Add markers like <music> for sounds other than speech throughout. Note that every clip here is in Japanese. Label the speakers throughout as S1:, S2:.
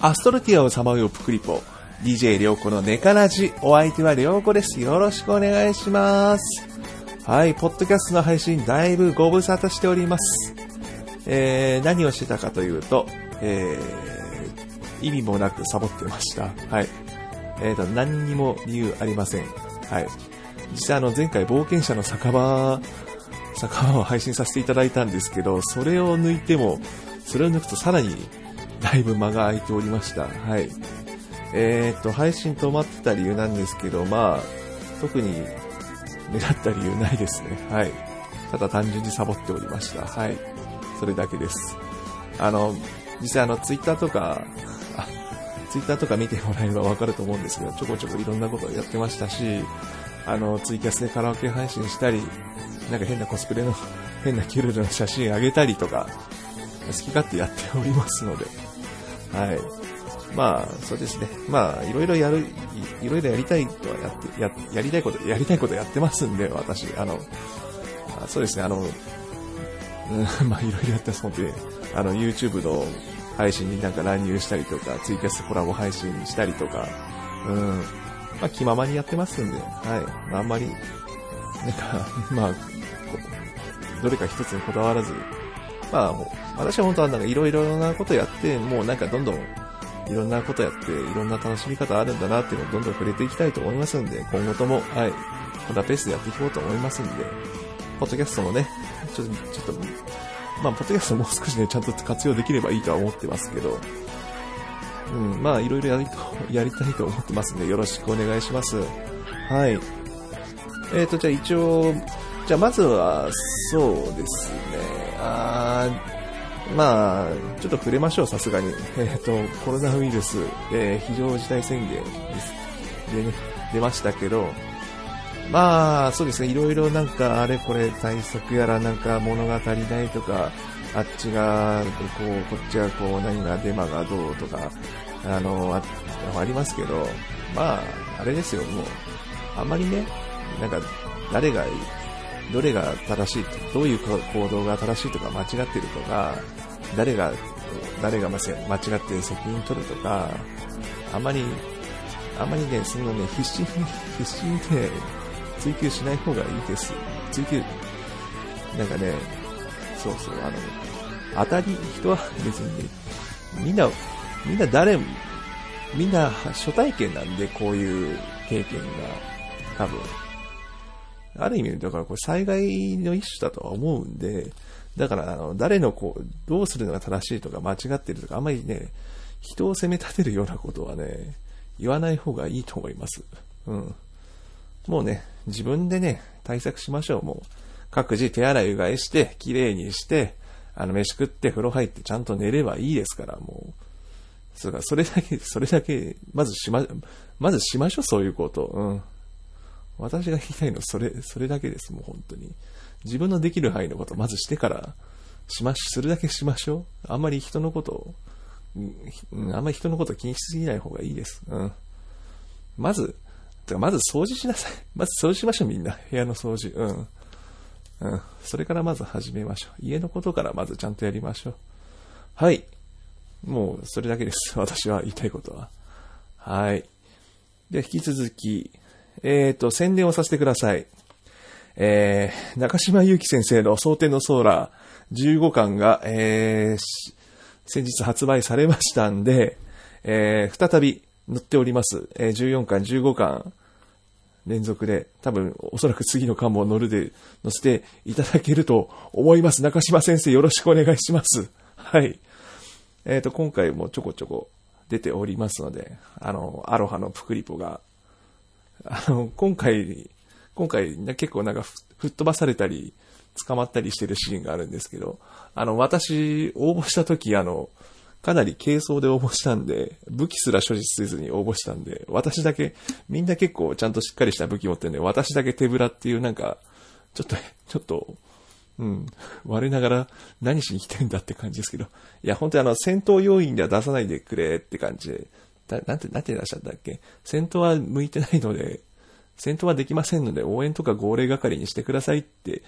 S1: アストルティアをさまようプクリポ DJ 良子のネカラジお相手は良子ですよろしくお願いしますはいポッドキャストの配信だいぶご無沙汰しておりますえー、何をしてたかというと、えー、意味もなくサボってましたはいえーと何にも理由ありませんはい実はあの前回冒険者の酒場酒場を配信させていただいたんですけど、それを抜いても、それを抜くとさらにだいぶ間が空いておりました。はい。えー、っと、配信止まってた理由なんですけど、まあ、特に目立った理由ないですね。はい。ただ単純にサボっておりました。はい。それだけです。あの、実際あの、ツイッターとか、あ、ツイッターとか見てもらえばわかると思うんですけど、ちょこちょこいろんなことをやってましたし、あの、ツイキャスでカラオケ配信したり、なんか変なコスプレの、 <laughs> 変なキュルルの写真あげたりとか、好き勝手やっておりますので、はい。まあ、そうですね。まあ、いろいろやる、いろいろやりたいとはやって、や、やりたいこと、やりたいことやってますんで、私、あの、あそうですね、あの、うん <laughs> 、まあ、いろいろやってますので、あの、YouTube の配信になんか乱入したりとか、ツイキャスコラボ配信したりとか、うん、まあ、気ままにやってますんで、はい。まあ、あんまり、なんか、まあ、どれか一つにこだわらず、まあ、私は本当はなんかいろいろなことやって、もうなんかどんどんいろんなことやって、いろんな楽しみ方あるんだなっていうのをどんどん触れていきたいと思いますんで、今後とも、はい、こんなペースでやっていこうと思いますんで、ポッドキャストもね、ちょっと、ちょっと、まあ、ポッドキャストもう少しね、ちゃんと活用できればいいとは思ってますけど、うん、まあ、いろいろやりと、 <laughs> やりたいと思ってますんで、よろしくお願いします。はい。えっ、ー、と、じゃあ一応、じゃあまずは、そうですね、あまあ、ちょっと触れましょう、さすがに。 <laughs> えっ、ー、と、コロナウイルス、えー、非常事態宣言で、ね、出ましたけど、まあ、そうですね、いろいろなんか、あれこれ対策やら、なんか物が足りないとか、あっちが、こう、こっちがこう、何がデマがどうとか、あの、あありますけど、まあ、あれですよ、もう、あんまりね、なんか、誰が、どれが正しいと、どういう行動が正しいとか間違ってるとか、誰が、誰が間違って責任取るとか、あんまり、あんまりね、そのね、必死に、必死にね、追求しない方がいいです。追求、なんかね、そうそう、あの、当たり、人は別に、ね、みんな、みんな誰も、みんな初体験なんで、こういう経験が、多分。ある意味、だからこれ災害の一種だとは思うんで、だからあの、誰のこう、どうするのが正しいとか間違ってるとか、あんまりね、人を責め立てるようなことはね、言わない方がいいと思います。うん。もうね、自分でね、対策しましょう。もう、各自手洗いうがいして、綺麗にして、あの、飯食って風呂入ってちゃんと寝ればいいですから、もう。そうか、それだけ、それだけ、まずしま、まずしましょう、そういうこと。うん。私が言いたいのはそれ、それだけです、もう本当に。自分のできる範囲のことをまずしてから、しまし、するだけしましょう。あんまり人のことを、うん、あんまり人のことを気にしすぎない方がいいです。うん。まず、てかまず掃除しなさい。 <laughs> まず掃除しましょう、みんな。部屋の掃除。うん。うん。それからまず始めましょう。家のことからまずちゃんとやりましょう。はい。もう、それだけです。 <laughs> 私は言いたいことは。はい。で、引き続き、えっ、ー、と、宣伝をさせてください。えー、中島祐希先生の蒼天のソーラー15巻が、えー、先日発売されましたんで、えー、再び載っております。えー、14巻、15巻連続で、多分、おそらく次の巻も載るで、載せていただけると思います。中島先生よろしくお願いします。はい。えっ、ー、と、今回もちょこちょこ出ておりますので、あの、アロハのプクリポがあの、今回、今回、結構なんか吹っ飛ばされたり、捕まったりしてるシーンがあるんですけど、あの、私、応募した時、あの、かなり軽装で応募したんで、武器すら所持せずに応募したんで、私だけ、みんな結構ちゃんとしっかりした武器持ってるんで、私だけ手ぶらっていうなんか、ちょっと、ちょっと、うん、我ながら何しに来てんだって感じですけど、いや、本当にあの、戦闘要員では出さないでくれって感じで、だ、なんて、なんていらっしゃったっけ戦闘は向いてないので、戦闘はできませんので、応援とか号令係にしてくださいって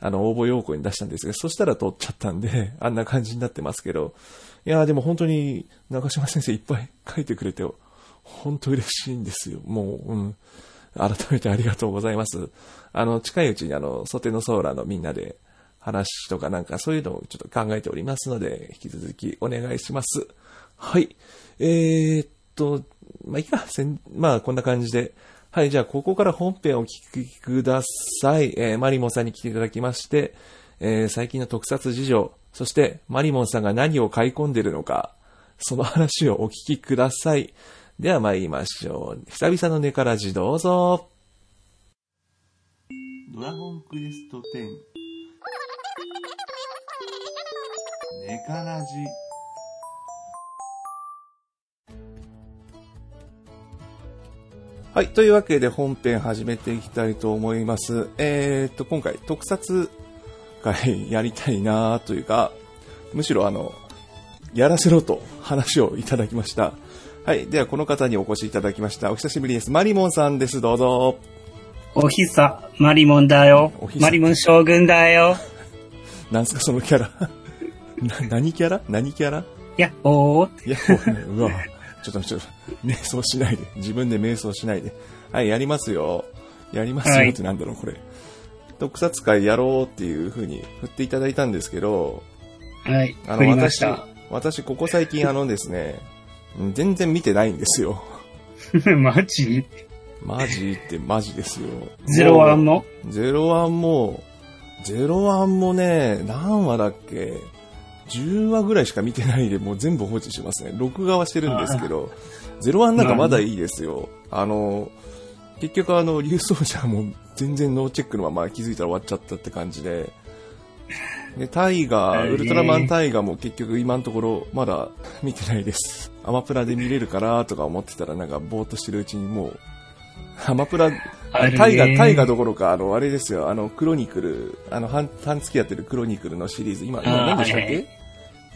S1: あの、応募要項に出したんですが、そしたら通っちゃったんで、 <laughs> あんな感じになってますけど、いやーでも本当に中島先生いっぱい書いてくれて、本当嬉しいんですよ。もう、うん。改めてありがとうございます。あの、近いうちにあの、ソテノソーラのみんなで話とかなんかそういうのをちょっと考えておりますので、引き続きお願いします。はい。えー、っと、まあ、いいか、せんまあ、こんな感じで。はい、じゃあ、ここから本編をお聞きください。えー、マリモンさんに来ていただきまして、えー最近の特撮事情、そして、マリモンさんが何を買い込んでるのか、その話をお聞きください。では参りましょう。久々のネカラジどうぞ。ドラゴンクエスト10ネカラジはい。というわけで本編始めていきたいと思います。えー、っと、今回特撮会やりたいなというか、むしろあの、やらせろと話をいただきました。はい。では、この方にお越しいただきました。お久しぶりです。マリモンさんです。どうぞ。
S2: おひさ、マリモンだよ
S1: おひ。さ
S2: マリモン将軍だよ。
S1: なんすか、そのキャラ。 <laughs> な、何キャラ何キャラ
S2: やっほー。
S1: いや、もうね、うわ、ちょっと、ちょっと、瞑想しないで。自分で瞑想しないで。はい、やりますよ。やります
S2: は
S1: よ
S2: い
S1: ってなんだろう、これ。特撮会やろうっていう風に振っていただいたんですけど、
S2: はい、
S1: あ
S2: 振りました。
S1: 私、私ここ最近あのですね、うん全然見てないんですよ。
S2: <laughs> マジ
S1: マジってマジですよ。
S2: <laughs> ゼロワン
S1: も
S2: も
S1: うゼロワンも、ゼロワンもね、何話だっけ ?10 話ぐらいしか見てないで、もう全部放置してますね。録画はしてるんですけど、ゼロワンなんかまだいいですよ。あの、結局あの、竜奏者も全然ノーチェックのまま気づいたら終わっちゃったって感じで、で、タイガー、ウルトラマンタイガーも結局今のところまだ見てないです。アマプラで見れるからとか思ってたらなんかぼーっとしてるうちにもう、アマプラ、
S2: あるね
S1: タイガー、タイガーどころか、あの、あれですよ、あの、クロニクル、あの、半、半月やってるクロニクルのシリーズ、今、今
S2: あー
S1: 何でしたっけ、
S2: はいはい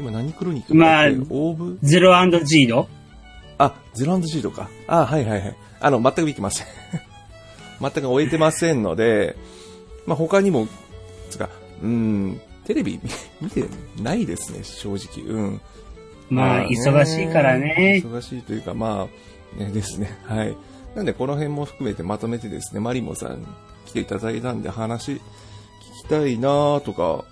S1: 今何クロニクルだっけ
S2: まあ
S1: オーブ
S2: ゼロジード
S1: あ、ゼロシードか。あ、はいはいはい。あの、全く見てません。 <laughs> 全く終えてませんので、まあ、他にも、つうか、うん、テレビ見てないですね、正直。うん。
S2: まあ、
S1: ね
S2: 忙しいからね。
S1: 忙しいというか、まあ、ねですね。 <laughs> はい。なんで、この辺も含めてまとめてですね、マリモさん来ていただいたんで話聞きたいなとか、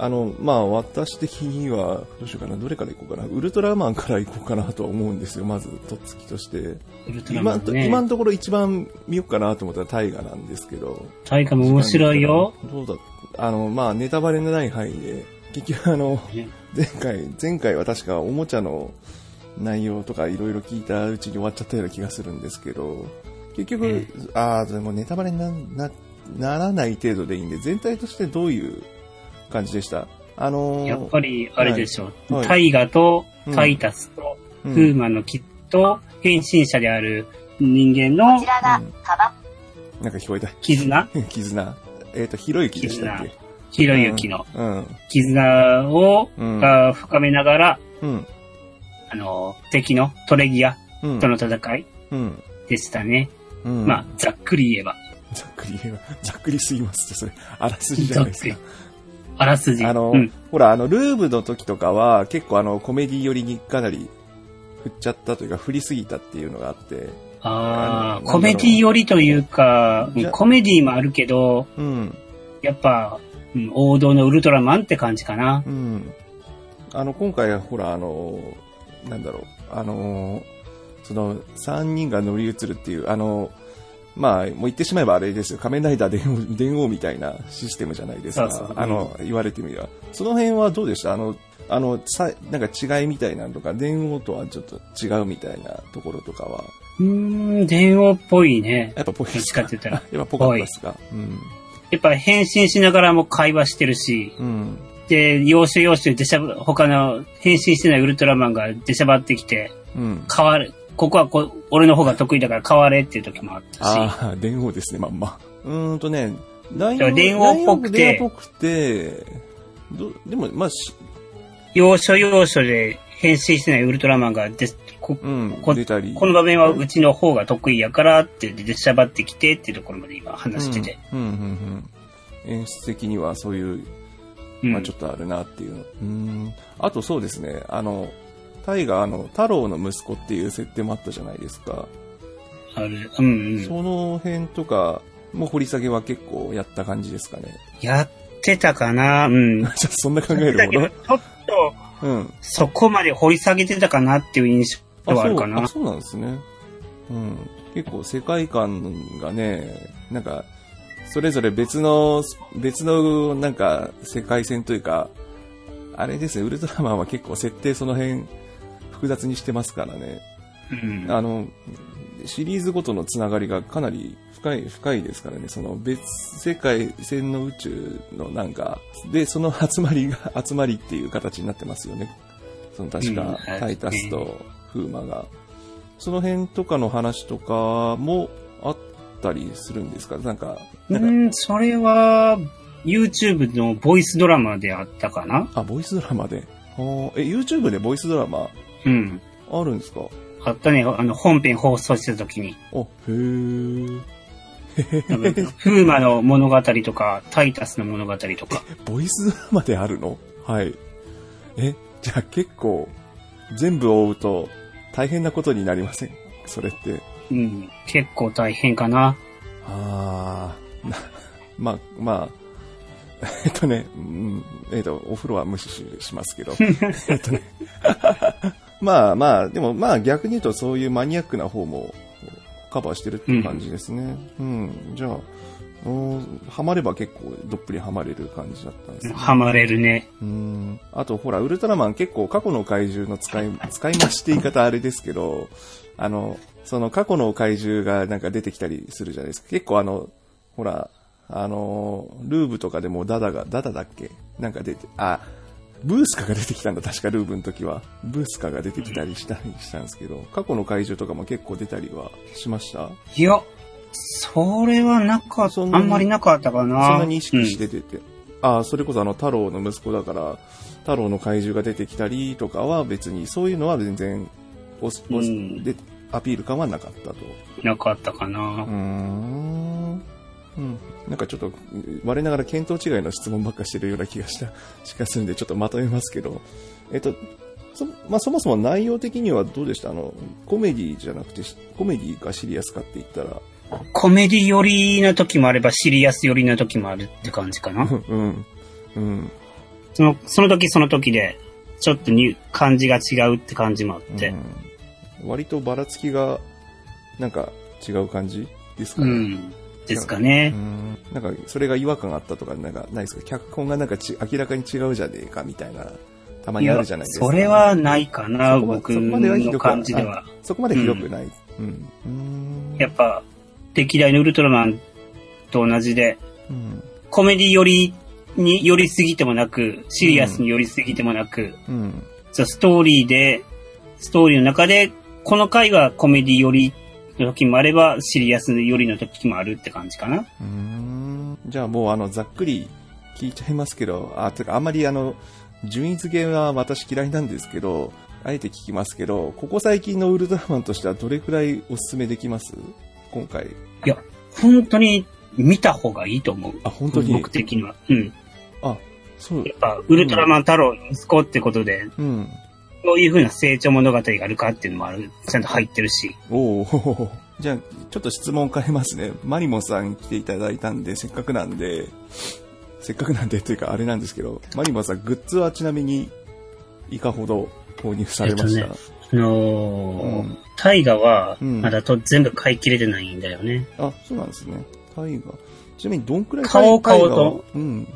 S1: あの、まあ、私的には、どうしようかな、どれから行こうかな、ウルトラマンから行こうかなとは思うんですよ、まず、とっつきとして。
S2: ウルトラ
S1: 今
S2: マ
S1: ん
S2: ン
S1: と、
S2: ね。
S1: 今のところ一番見ようかなと思ったら大河なんですけど。
S2: 大河も面白いよ。。
S1: どうだあの、まあ、ネタバレのない範囲で、結局あの、
S2: ね
S1: 前回、前回は確かおもちゃの内容とかいろいろ聞いたうちに終わっちゃったような気がするんですけど、結局、
S2: え
S1: ああ、でもネタバレにななならない程度でいいんで、全体としてどういう感じでしたあのー
S2: やっぱり、あれでしょ
S1: はい
S2: タイガと、カイタスと、
S1: う
S2: フ
S1: ん
S2: ーマのキッと、変身者である人間
S3: こ
S2: の
S3: ちらが、カバ、
S1: なんか聞こえた。 <laughs>
S2: 絆
S1: 絆。えっ、と、ひろゆきでしたっけ
S2: ひろゆきの
S1: うん。
S2: 絆を、
S1: うん
S2: が深めながら、
S1: うん。
S2: あの、敵のトレギア
S1: うん。
S2: との戦い
S1: うん。
S2: でしたね。
S1: うん。
S2: まあ、ざっくり言えば、
S1: ざっくり言えば、ざっくりすぎますって、それ、あらすじじゃないです
S2: ざ
S1: か
S2: っ。あらすじ。
S1: あの、
S2: うん、
S1: ほら、あの、ルーブの時とかは、結構あの、コメディ寄りにかなり、振っちゃったというか、振りすぎたっていうのがあって、
S2: あ
S1: なんだろう
S2: あ、コメディ寄りというか
S1: じゃ、
S2: コメディもあるけど、
S1: うん、
S2: やっぱ、うん王道のウルトラマンって感じかな。
S1: うん。あの、今回はほら、あの、なんだろう、あの、その、三人が乗り移るっていう、あの、まあ、もう言ってしまえばあれですよ。仮面ライダー電王電王みたいなシステムじゃないですか。
S2: そうそう
S1: あの、言われてみれば。その辺はどうでしたあの、あの、さ、なんか違いみたいなのとか、電王とはちょっと違うみたいなところとかは、
S2: うーん、電王っぽいね。
S1: やっぱポイ
S2: どっちかって言ったら。
S1: <laughs> やっぱぽかったですか。うん。
S2: やっぱ変身しながらも会話してるし、
S1: うん。
S2: で、要所要所で出しゃば、他の変身してないウルトラマンが出しゃばってきて、
S1: うん。
S2: 変わる。ここはこう俺の方が得意だから変われっていう時もあったし。
S1: ああ、電王ですね、まんま。うーんとね、ライ
S2: だから電王っぽくて
S1: ライオン電王っぽくて、どでも、まあ、し
S2: 要所要所で変身してないウルトラマンがでこ、
S1: うん、
S2: こ
S1: 出たり。
S2: この場面はうちの方が得意やからって言って出しゃばってきてっていうところまで今話してて。
S1: うん、うん、うんうん。演出的にはそういう、
S2: うん。
S1: まあ、ちょっとあるなっていうの。うん。あとそうですね、あの、タイが、あの、太郎の息子っていう設定もあったじゃないですか。
S2: ある。うんうん。
S1: その辺とか、もう掘り下げは結構やった感じです
S2: <laughs>
S1: かね。
S2: やってたかなうん。
S1: じゃあそんな考える
S2: だ
S1: も
S2: けど、
S1: の
S2: ちょっ
S1: <laughs>
S2: と、
S1: うん。
S2: そこまで掘り下げてたかなっていう印象はあるか
S1: そう
S2: な
S1: あ。そうなんですね。うん。結構世界観がね、なんか、それぞれ別の、別のなんか世界線というか、あれですね、ウルトラマンは結構設定その辺複雑にしてますからね。
S2: うん。
S1: あの、シリーズごとのつながりがかなり深い、深いですからね、その別世界線の宇宙のなんか、で、その <laughs> 集まりが、集まりっていう形になってますよね。その確
S2: うん
S1: か、タイタスとフーマが。その辺とかの話とかもあったりするんですかなんか、
S2: う
S1: なんか、
S2: ん、それは、YouTube のボイスドラマであったかな
S1: あ、ボイスドラマで。あーえ、YouTube でボイスドラマ
S2: うん。
S1: あるんですか
S2: あったね、あの、本編放送してた
S1: <laughs>
S2: 時に。
S1: あ、へー。
S2: 多分フーマの物語とか、タイタスの物語とか。
S1: ボイスドラマであるのはい。え、じゃあ結構、全部追うと大変なことになりませんそれって。
S2: うん。結構大変かな。
S1: ああ、なまあ、まあ、 <laughs> えっとね、うん、えっと、お風呂は無視しします <laughs> けど、えっとね、まあまあ、でもまあ逆に言うとそういうマニアックな方もカバーしてるっていう感じですね。うん、じゃあ、うんハマれば結構どっぷりハマれる感じだったんですね。
S2: ハマれるね。
S1: うんあと、ほら、ウルトラマン結構過去の怪獣の使い、使い増しって言い方あれですけど、あの、その過去の怪獣がなんか出てきたりするじゃないですか。結構あの、ほら、あの、ルーブとかでもダダが、ダダだっけなんか出て、あ、ブースカが出てきたんだ、確かルーブの時は。ブースカが出てきたりしたりしたんですけど、過去の怪獣とかも結構出たりはしました
S2: いや、それはなかっ
S1: そ
S2: た、
S1: んな
S2: あんまりなかったかな。
S1: そんなに意識して出て、ああ、それこそあの太郎の息子だから、太郎の怪獣が出てきたりとかは別に、そういうのは全然、おすおす
S2: うん
S1: でアピール感はなかったと。
S2: うんなかったかな。
S1: うーん。うん、なんかちょっと、我ながら見当違いの質問ばっかしてるような気がした、 <laughs> しかするんで、ちょっとまとめますけど、えっと、そまあ、そもそも内容的にはどうでしたあの、コメディじゃなくて、コメディがシリアスかって言ったら、
S2: コメディ寄りな時もあれば、シリアス寄りな時もあるって感じかな。
S1: うん、うん、
S2: その、その時その時で、ちょっとに感じが違うって感じもあって。
S1: うん、割とばらつきがなんか違う感じですか
S2: うん。
S1: ね、
S2: ですか
S1: う
S2: ね。
S1: んなんかそれが違和感あったとかなんかないですか脚本がなんかち明らかに違うじゃねえかみたいなたまにあるじゃないですか
S2: やそれはないかな、
S1: そこま
S2: 僕
S1: そこまではひどく
S2: の感じでは。
S1: そこまでひどくない、うんうん
S2: やっぱ、歴代のウルトラマンと同じで、
S1: うん
S2: コメディ寄りに寄りすぎてもなく、シリアスに寄りすぎてもなく、
S1: うん
S2: じゃあストーリーで、ストーリーの中で、この回はコメディ寄りの時もあれば、シリアス寄りの時もあるって感じかな。
S1: うんじゃあもうあのざっくり聞いちゃいますけどあてかあんまりあの順位付けは私嫌いなんですけどあえて聞きますけどここ最近のウルトラマンとしてはどれくらいおすすめできます今回
S2: いや、本当に見た方がいいと思う。
S1: あ本当に
S2: 僕的には。うん。
S1: そう
S2: やっぱ、ウルトラマン太郎の息子ってことで、
S1: うん
S2: どういう風な成長物語があるかっていうのもある、ちゃんと入ってるし。
S1: おお <laughs> じゃあちょっと質問変えますねマリモさん来ていただいたんでせっかくなんでせっかくなんでというかあれなんですけどマリモさんグッズはちなみにいかほど購入されました、
S2: えっとねあの
S1: う
S2: ー
S1: ん
S2: タイガは、
S1: うん
S2: まだと全部買い切れてないんだよね。
S1: あ、そうなんですね。絵画。ちなみにどんくらい
S2: 顔を買おうと
S1: 絵画はうん。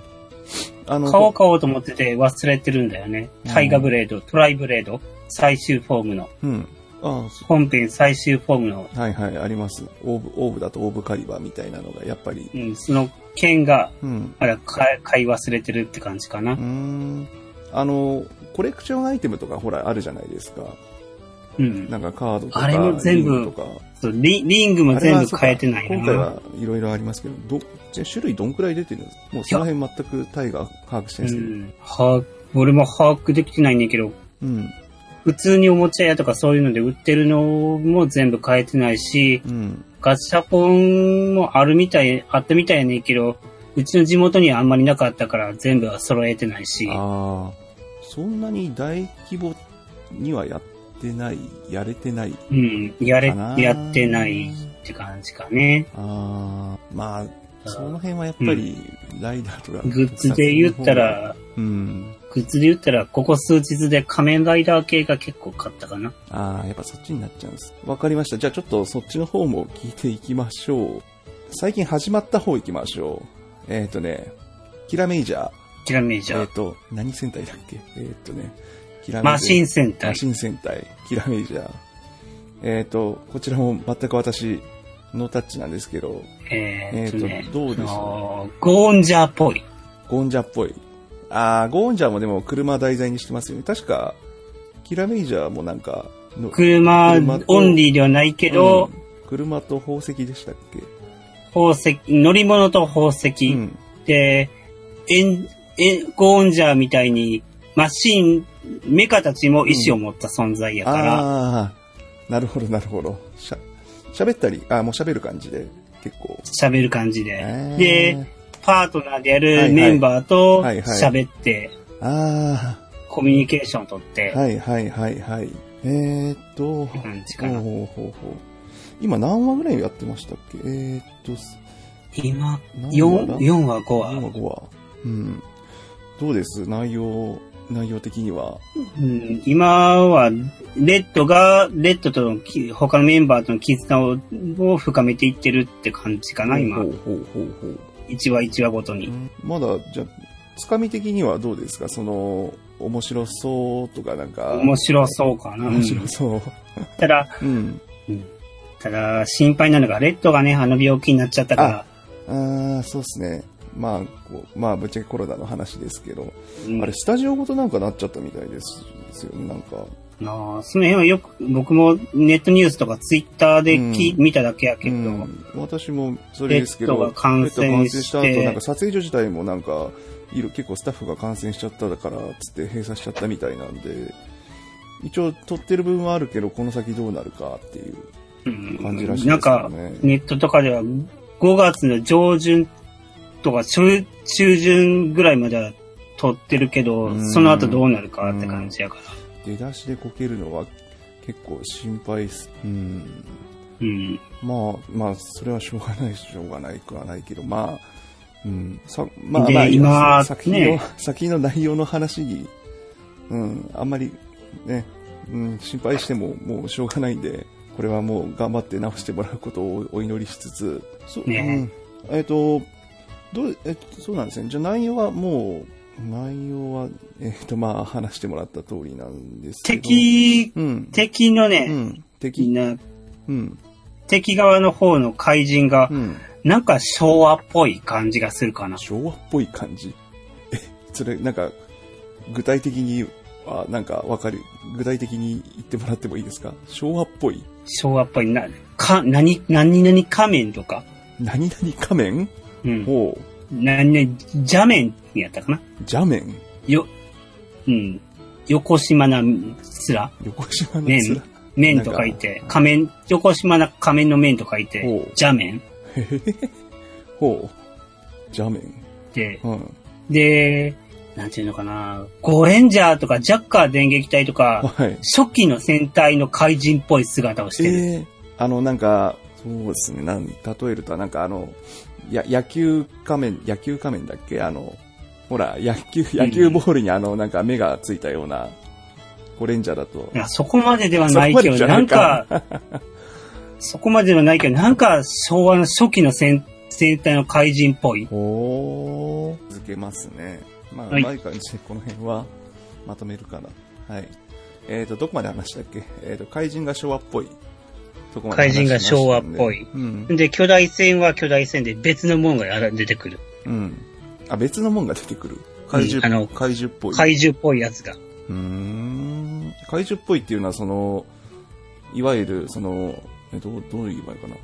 S1: あの、
S2: 顔を買おうと思ってて忘れてるんだよね。タイガブレード、トライブレード、最終フォームの、
S1: うん。あそ
S2: 本編最終フォームの、
S1: はいはい、あります。オーブ、オーブだとオーブカリバーみたいなのが、やっぱり。
S2: うん、その剣が、
S1: うん。
S2: まだ買い買い忘れてるって感じかな
S1: うー。ん。あの、コレクションアイテムとか、ほら、あるじゃないですか。
S2: うん。
S1: なんかカードとか、
S2: あれも全部
S1: リングとか。
S2: そうリリングも全部変えてない
S1: あれは
S2: な。
S1: そうか今回はいろいろありますけど、ど、じゃあ種類どんくらい出てるんですかもうその辺全くタイガー把握して
S2: う
S1: ないですけど。
S2: ん。は、俺も把握できてないんだけど、
S1: うん。
S2: 普通におもちゃ屋とかそういうので売ってるのも全部変えてないし、
S1: うん。
S2: ガシャポンもあるみたい、あったみたいやねんけど、うちの地元にはあんまりなかったから全部は揃えてないし、
S1: ああ、そんなに大規模にはやってない、やれてない
S2: うん、やれ
S1: かな、
S2: やってないって感じかね。
S1: ああ、まあ、その辺はやっぱり、ライダーとか、
S2: グッズで言った、ら、
S1: うん。
S2: グッズで言ったら、ここ数日で仮面ライダー系が結構買ったかな。
S1: ああ、やっぱそっちになっちゃうんです。わかりました。じゃあちょっとそっちの方も聞いていきましょう。最近始まった方行きましょう。えっ、ー、とね、キラメイジャー。
S2: キラメイジ
S1: え
S2: ャ
S1: っ、
S2: ー。
S1: と、何戦隊だっけえっ、とね、キラメイジャー
S2: マシン戦隊
S1: マ。シン戦隊、キラメイジャー。えっ、と、こちらも全く私、ノータッチなんですけど、
S2: え
S1: え
S2: ー、
S1: っ、
S2: っとね、
S1: と、どうで
S2: あ
S1: すか
S2: のーゴーンジャーっぽい。
S1: ゴンジャっぽい。あー、ゴンジャもでも車題材にしてますよね。確か、キラメイジャーもなんかの、
S2: 車
S1: 車と
S2: オンリーではないけど、
S1: うん車と宝石でしたっけ
S2: 宝石、乗り物と宝石、
S1: うん。
S2: で、エン、エン、ゴーンジャーみたいに、マシン、メカたちも意志を持った存在やから、
S1: あー、なるほど、なるほど。しゃ、喋ったり、あーもう喋る感じで、結構。
S2: 喋、る感じで。
S1: えー
S2: で、パートナーでや
S1: はいは
S2: る
S1: い
S2: メンバーと
S1: はいはい
S2: 喋って、
S1: あ
S2: コミュニケーションを取って、
S1: ー、はいはいはいはい。えーっと、
S2: って感じかな。
S1: ほうほうほうほう今何話ぐらいやってましたっけえー、っと、
S2: 今、
S1: 何話だ
S2: 4、四話、5
S1: 今
S2: 話。
S1: 5話。うん。どうです内容、内容的には。
S2: うん、今は、レッドが、レッドとのき、他のメンバーとの絆をを深めていってるって感じかな、今
S1: ほ。うほうほうほう。
S2: 1話1話ごとに。
S1: まだ、じゃあつかみ的にはどうですかその、面白そうとかなんか。
S2: 面白そうかな。
S1: 面白
S2: うん
S1: そう。
S2: ただ、
S1: うん。
S2: ただ、心配なのが、レッドがね、あの病気になっちゃったから、
S1: ああ、そうっすね。まあ、こうまあ、ぶっちゃけコロナの話ですけど、
S2: うん
S1: あれ、スタジオごとなんかなっちゃったみたいですですよね、なんか。
S2: あのその辺はよく、僕もネットニュースとかツイッターでき、
S1: うん
S2: 見ただけやけど、
S1: うん、私もそれですけど、
S2: ペットが感染して
S1: ペットが感染した後、なんか撮影所自体もなんか、いろ結構スタッフが感染しちゃっただから、つって閉鎖しちゃったみたいなんで、一応撮ってる分はあるけど、この先どうなるかっていう
S2: うん
S1: 感じらしいで
S2: なん
S1: すよ
S2: か、
S1: ね。
S2: ネットとかでは、5月の上旬とか中中旬ぐらいまでは撮ってるけど、
S1: うん
S2: その後どうなるかって感じやから。
S1: 出だしでこけるのは結構心配す。うん。
S2: うん。
S1: まあ、まあ、それはしょうがない、しょうがないくはないけど、まあ、うん。さまあ、
S2: で
S1: まあ、いいや
S2: 今
S1: 作品の、
S2: ね
S1: 作品の内容の話に、うん、あんまり、ね、うん、心配してももうしょうがないんで、これはもう頑張って直してもらうことをお祈りしつつ、そう、
S2: ね
S1: うん、えっ、と、どう、えっと、そうなんですね。じゃあ内容はもう、内容は、えっ、と、まあ、話してもらった通りなんですけど。
S2: 敵、
S1: うん。
S2: 敵の
S1: う
S2: ね、
S1: ん。敵。
S2: な
S1: うん。
S2: 敵側の方の怪人が
S1: う、ん。
S2: なんか昭和っぽい感じがするかな。
S1: 昭和っぽい感じ。え、それ、なんか、具体的に、あ、なんかわかる。具体的に言ってもらってもいいですか昭和っぽい。
S2: 昭和っぽいな、か、何、何々仮面とか、
S1: 何々仮面
S2: うん。
S1: ほ
S2: 何々、邪面やったかな
S1: う、邪面。
S2: よ、うん。横島な面
S1: 横島の
S2: 面
S1: 面。
S2: 面と書いて、仮面、横島な仮面の面と書いて
S1: ほう、
S2: 邪面
S1: ほう、邪面。
S2: で、
S1: うん。
S2: で、なんていうのかな、ゴレンジャーとかジャッカー電撃隊とか、
S1: はい。
S2: 初期の戦隊の怪人っぽい姿をしてる。
S1: えー、あの、なんか、そうですね、なん例えると、なんかあの、や、野球仮面、野球仮面だっけあの、ほら、野球、野球ボールにあの、なんか目がついたような、ゴレンジャーだと、
S2: いやそこまでではないけど、
S1: そこ
S2: な
S1: まで
S2: ん
S1: じゃ
S2: か、 <laughs> そこまでではないけど、なんか昭和の初期の戦戦隊の怪人っぽい。
S1: おー。続けますね。まあ、
S2: はいう
S1: まい感じでこの辺はまとめるかな。はい。えっ、と、どこまで話したっけえっ、と、怪人が昭和っぽい。そこまで話しましたんで
S2: 怪人が昭和っぽい
S1: うん。
S2: で、巨大戦は巨大戦で別のもんがやら出てくる。
S1: うん。あ、別のもんが出てくる。怪獣、
S2: うんあの
S1: 怪獣っぽい。
S2: 怪獣っぽいやつが。
S1: うーん。怪獣っぽいっていうのは、その、いわゆる、その、えどう、どう言えばいいかな。う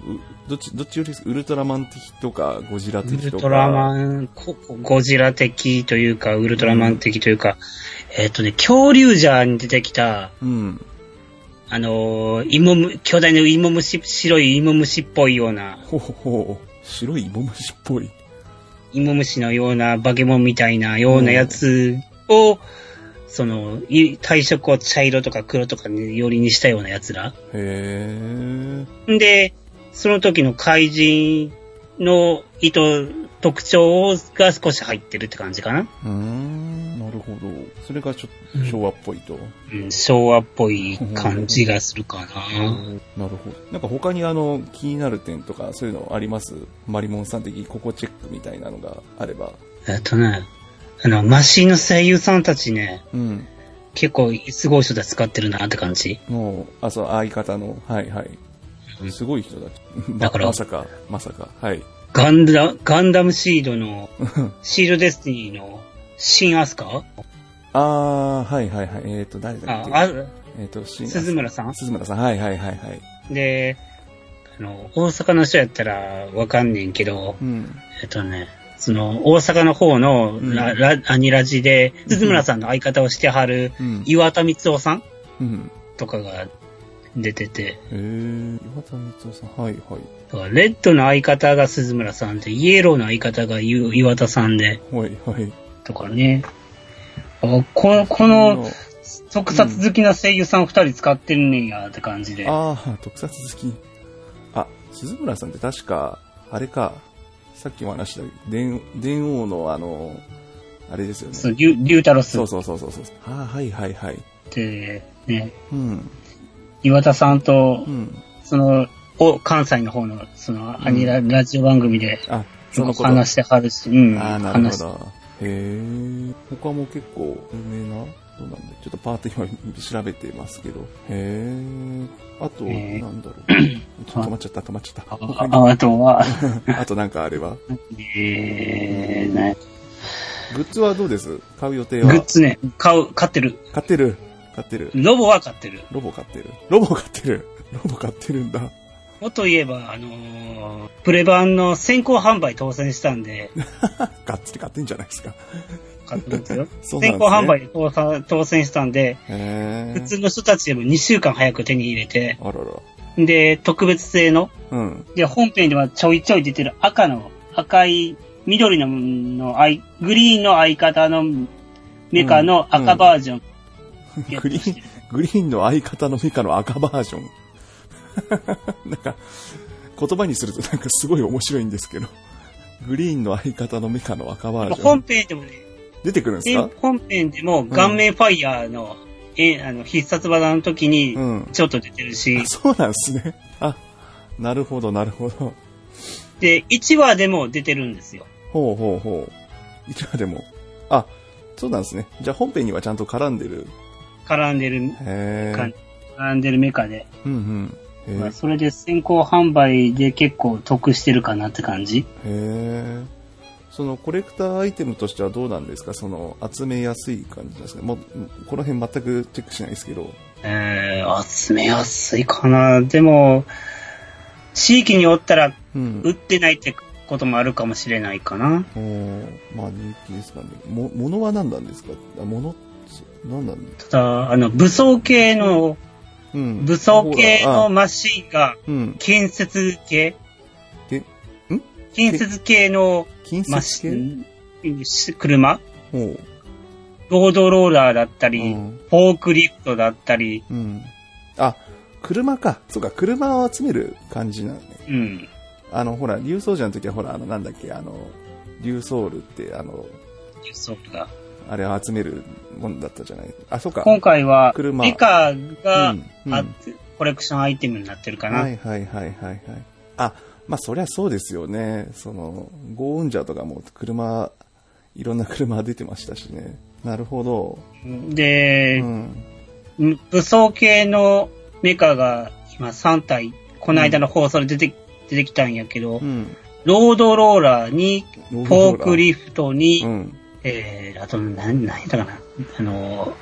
S1: どっち、どっちよりですウルトラマン的とか、ゴジラ
S2: ウ
S1: 的
S2: ル
S1: とか。
S2: トラマン、こゴジラ的というか、ウルトラマン的というか、えっ、とね、恐竜ジャーに出てきた、
S1: うん。
S2: あのー、芋む、巨大な芋虫、白い芋虫っぽいような、
S1: ほうほう。白い芋虫っぽい。
S2: 芋虫のような化け物みたいなようなやつを、その、い体色を茶色とか黒とかによりにしたようなやつら。
S1: へえ。
S2: で、その時の怪人の意図、特徴が少し入ってるって感じかな。
S1: うーん、なるほど。それがちょっと昭和っぽいと。
S2: うん、昭和っぽい感じがするかな。
S1: なるほど。なんか他にあの、気になる点とか、そういうのありますマリモンさん的ここチェックみたいなのがあれば。
S2: えっとね、あの、マシンの声優さんたちね、
S1: うん。
S2: 結構すごい人たち使ってるなって感じ。
S1: もう、あ、そう、相方の、はいはい。
S2: うん
S1: すごい人だ。ま
S2: <laughs> だから
S1: まさか、まさか、はい。
S2: ガンダ、ガンダムシードの、シールデスティニーの、新アスカ
S1: あー、はいはいはい。えっ、と、誰だっ
S2: あ
S1: け、
S2: あ、
S1: えっ、と、し
S2: 鈴村さん
S1: 鈴村さん、はいはいはいはい。
S2: で、あの、大阪の人やったらわかんねんけど、
S1: うん。
S2: えっとね、その、大阪の方の
S1: うん
S2: ラ、ラ、アニラジで、鈴村さんの相方をしてはる、
S1: うん。
S2: 岩田光夫さん
S1: うん。
S2: とかが出てて、
S1: えー、岩田光夫さん、はいはい。
S2: だからレッドの相方が鈴村さんで、イエローの相方がゆ岩田さんで、
S1: はいはい。
S2: とかね。あこの、この、特撮好きな声優さん二人使ってんねんや、って感じで。
S1: あー、特撮好き。あ、鈴村さんって確か、あれか、さっきも話した、電、電王のあの、あれですよね。
S2: そう、リュリュータロス
S1: そ
S2: っ
S1: うそうそうそうそう。あー、はいはいはい。
S2: て、ね、
S1: うん。
S2: 岩田さんと
S1: う、ん。
S2: その、お関西の方の、その、アニラ、ラジオ番組で、
S1: あ、そのこと。
S2: 話してはるし、うん、
S1: ああ、なる
S2: 話
S1: ほ
S2: し
S1: ど。へえ。他も結構有名なそうなんだ。ちょっとパーティー今調べてますけど。へえ。あと、
S2: えー
S1: なん
S2: <clears throat>
S1: だろう。ちょっと止まっちゃった、止まっちゃった。他に
S2: ああ
S1: <laughs>
S2: とは、
S1: あとなんかあれば。
S2: えー、ね
S1: グッズはどうです買う予定
S2: グッ
S1: は
S2: ズね、買う、買ってる。
S1: 買ってる買ってる
S2: ロボは買ってる。
S1: ロボ買ってるロボ買ってるロボ買ってるんだ。
S2: もっと言えば、あのープレ版の先行販売当選した
S1: <laughs>
S2: んで、
S1: がっつり買ってんじゃないですか。
S2: 買ってますよ。
S1: そうなんですね
S2: 先行販売で当選当選したんで、
S1: へ
S2: 普
S1: え。
S2: 通の人たちよりも2週間早く手に入れて、
S1: あらら。
S2: で、特別製の、
S1: うん。
S2: で、本編ではちょいちょい出てる赤の、赤い、緑の、の、あいグリーンの相方のメカの赤バージョ
S1: <laughs>
S2: ン。やっ
S1: グリ
S2: てまし
S1: ー
S2: て
S1: ン、グリーンの相方のミカの赤バージョン。 <laughs> なんか、言葉にするとなんかすごい面白いんですけど。グリーンの相方のミカの赤バージョン
S2: 本。編でもね、
S1: 出てくるんですか
S2: 本編でも顔面ファイヤーの、え、あの、必殺技の時に
S1: う、ん。
S2: ちょっと出てるし、
S1: あそうなんですね。あ、なるほど、なるほど。
S2: で、1話でも出てるんですよ。
S1: ほうほうほう。いくらでも。あ、そうなんですね。じゃあ本編にはちゃんと絡んでる。
S2: 絡んでる、
S1: へ
S2: か
S1: え。
S2: 絡んでるメカで。
S1: うんうん。へ
S2: まあ
S1: ー
S2: それで先行販売で結構得してるかなって感じ。
S1: へえ。そのコレクターアイテムとしてはどうなんですかその集めやすい感じなんですかもう、この辺全くチェックしないですけど。
S2: えー、集めやすいかな。でも、地域におったら
S1: うん。
S2: 売ってないってこともあるかもしれないかな。
S1: おーまあ人気ですかね。も、物は何なんですかあ物、そう何なんですか
S2: ただ、あの、武装系の、
S1: うん
S2: 武装系の
S1: ほらあ
S2: マシンが、
S1: うん。
S2: 建設系
S1: けん
S2: 建設系の
S1: 金
S2: マ
S1: 属
S2: シ
S1: 系
S2: ン、し車
S1: ほう。
S2: ロードローラーだったり、
S1: うん
S2: フォークリフトだったり、
S1: うん。あ、車か。そうか、車を集める感じなのね。
S2: うん。
S1: あの、ほら、流走者の時はほら、あの、なんだっけ、あの、流ソールって、あの、
S2: そうか。
S1: あれを集めるもんだったじゃない。あ、そうか。
S2: 今回は、
S1: 車
S2: メカが、
S1: うんうん
S2: あってコレクションアイテムになってるかな。
S1: はいはいはいはいはい。あ、まあそりゃそうですよね。その、ゴーンジャーとかも車、いろんな車出てましたしね。なるほど。
S2: で
S1: う、ん。
S2: 武装系のメカが今3体、この間の放送で出て,、出てきたんやけど、
S1: うん。
S2: ロードローラーに、フ
S1: ロ
S2: ォ
S1: ードローラー
S2: ークリフトに、
S1: うん。
S2: えー、あと何、何やったかな。あの、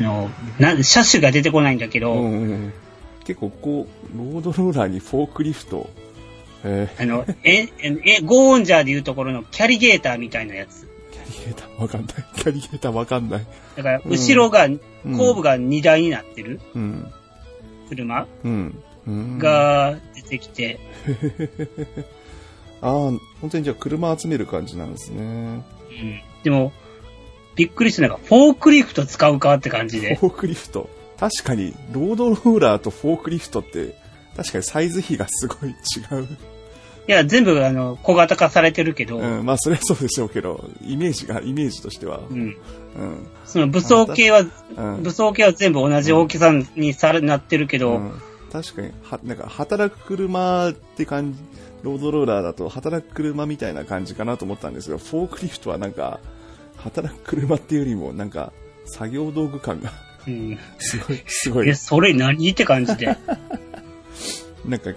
S2: あの、なん車種が出てこないんだけど、
S1: うんうんうん結構こう、ロードローラーにフォークリフト。え
S2: あの、え、え、えゴーンジャーでいうところのキャリゲーターみたいなやつ。
S1: ー、キャリゲーターわかんない。 <laughs> キャリゲーターわかんない。
S2: だから、後ろが、
S1: うん
S2: 後部が荷台になってる
S1: うん。
S2: 車
S1: うん。うん、
S2: が出てきて、
S1: ああ、本当にじゃあ車集める感じなんですね。
S2: うん。でも、びっくりしたのが、フォークリフト使うかって感じ
S1: <laughs>
S2: で。
S1: フォークリフト。確かに、ロードローラーとフォークリフトって、確かにサイズ比がすごい違う。
S2: いや、全部、あの、小型化されてるけど、う。
S1: うんん、まあそれはそうでしょうけど、イメージが、イメージとしては。うん。
S2: その武装系は、
S1: うん。
S2: 武装系は全部同じ大きさにされ、なってるけ
S1: う
S2: ど、
S1: ん確かに、は、なんか働く車って感じ、ロードローラーだと働く車みたいな感じかなと思ったんですが、フォークリフトはなんか、働く車っていうよりも、なんか、作業道具感が、 <laughs>
S2: うん。
S1: すごい、すごい
S2: え、。それ何って感
S1: <laughs>
S2: じで。
S1: なんか、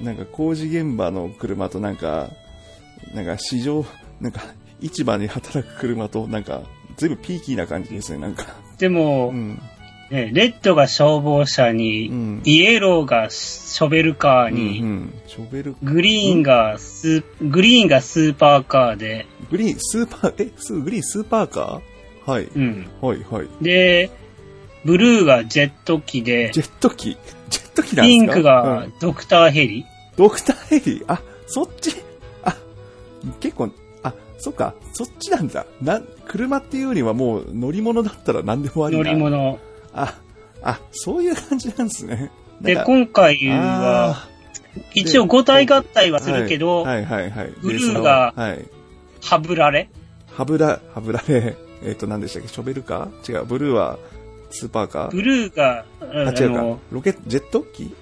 S1: なんか工事現場の車となんか、なんか市場、なんか市場に働く車となんか、全部ピーキーな感じですね、なんか。
S2: でも、
S1: うん。
S2: ね、レッドが消防車に、
S1: うん
S2: イエローがショベルカー
S1: うん、う
S2: に、
S1: ん。ショベル、
S2: グリーンがスー、グリーンがスーパーカーで、
S1: グリーン、スーパー、え、すグリーンスーパーカーはい、
S2: うん。
S1: はい、はい。
S2: で、ブルーがジェット機で、
S1: ジェット機ジェット機なんですか
S2: ピンクが
S1: うん
S2: ドクターヘリ。
S1: ドクターヘリあ、そっちあ、結構、あ、そっか、そっちなんだ。な、車っていうよりはもう乗り物だったら何でもあり
S2: 乗
S1: な。
S2: り物。
S1: あ、あ、そういう感じなんですね。
S2: で、
S1: なんか
S2: 今回は、
S1: あ
S2: 一応
S1: で
S2: 5体合体
S1: ー
S2: はするけど、
S1: はいはいはいはい。
S2: ブルー
S1: でその
S2: が
S1: はい。
S2: はぶられ
S1: はぶら、はぶられ、えっ、と、何で <laughs> したっけ、ショベルカー違う、ブルーはスーパーカー
S2: ブルーが、あ
S1: あ、違う
S2: の
S1: か、、ロケット、ジェット機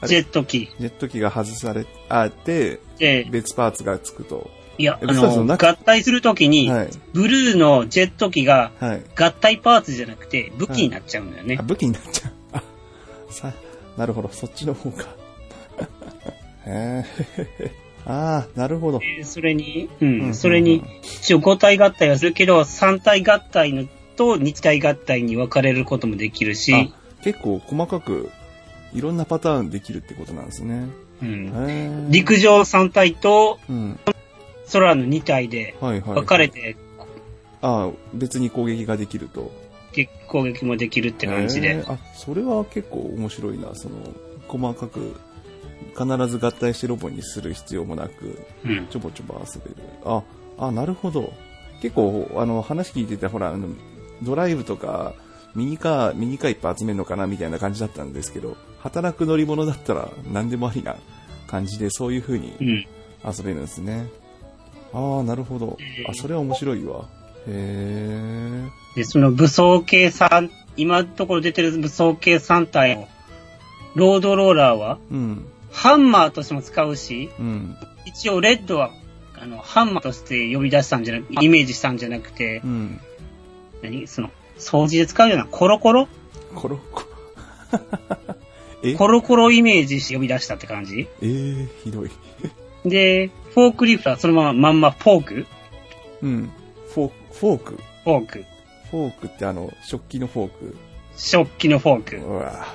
S1: あれ
S2: ジェット機
S1: ジェット機が外され、あ、で、
S2: で、
S1: 別パーツがつくと。
S2: いや、
S1: え
S2: あ
S1: 別々の
S2: の、合
S1: 中
S2: 体するときに、
S1: はい。
S2: ブルーのジェット機が
S1: はい。
S2: 合体パーツじゃなくて武器になっちゃうんだよね。
S1: あ、武器になっちゃう。 <laughs> あ、さ、なるほど、そっちの方か。 <laughs> へえ。 <laughs> ああ、なるほど。
S2: でそれに、う
S1: うん
S2: ん、それに、一応5体合体はするけど、3体合体のと2体合体に分かれることもできるし、
S1: あ結構細かくいろんなパターンできるってことなんですね。
S2: うん、
S1: へー
S2: 陸上3体と
S1: うん。
S2: 空の2体で
S1: はいはい。
S2: 分かれて
S1: ああ、別に攻撃ができると。っ
S2: 結構攻撃もできるって感じで。
S1: あ、それは結構面白いな。その、細かく、必ず合体してロボにする必要もなく、
S2: うん
S1: ちょぼちょぼ遊べる。あ、あ、なるほど。結構、あの、話聞いてて、ほら、あの、ドライブとか、ミニカー、ミニカーいっぱい集めるのかなみたいな感じだったんですけど、働く乗り物だったら何でもありな感じで、そういう風に
S2: うん。
S1: 遊べるんですね。ああ、なるほど。あ、それは面白いわ。へえ。
S2: で、その武装系3、今のところ出てる武装系3体を、ロードローラーは、
S1: うん、
S2: ハンマーとしても使うし、
S1: うん、
S2: 一応レッドは、あの、ハンマーとして呼び出したんじゃなく、イメージしたんじゃなくて
S1: う、ん。
S2: 何その、掃除で使うようなコロコロ
S1: コロコ。え
S2: コロコロイメージして呼び出したって感じ
S1: えー、ひどい。
S2: で、フォークリフトはそのまままんまフォーク
S1: うん。フォーク、フォーク。
S2: フォーク。
S1: フォークってあの、食器のフォーク。
S2: 食器のフォーク
S1: うわ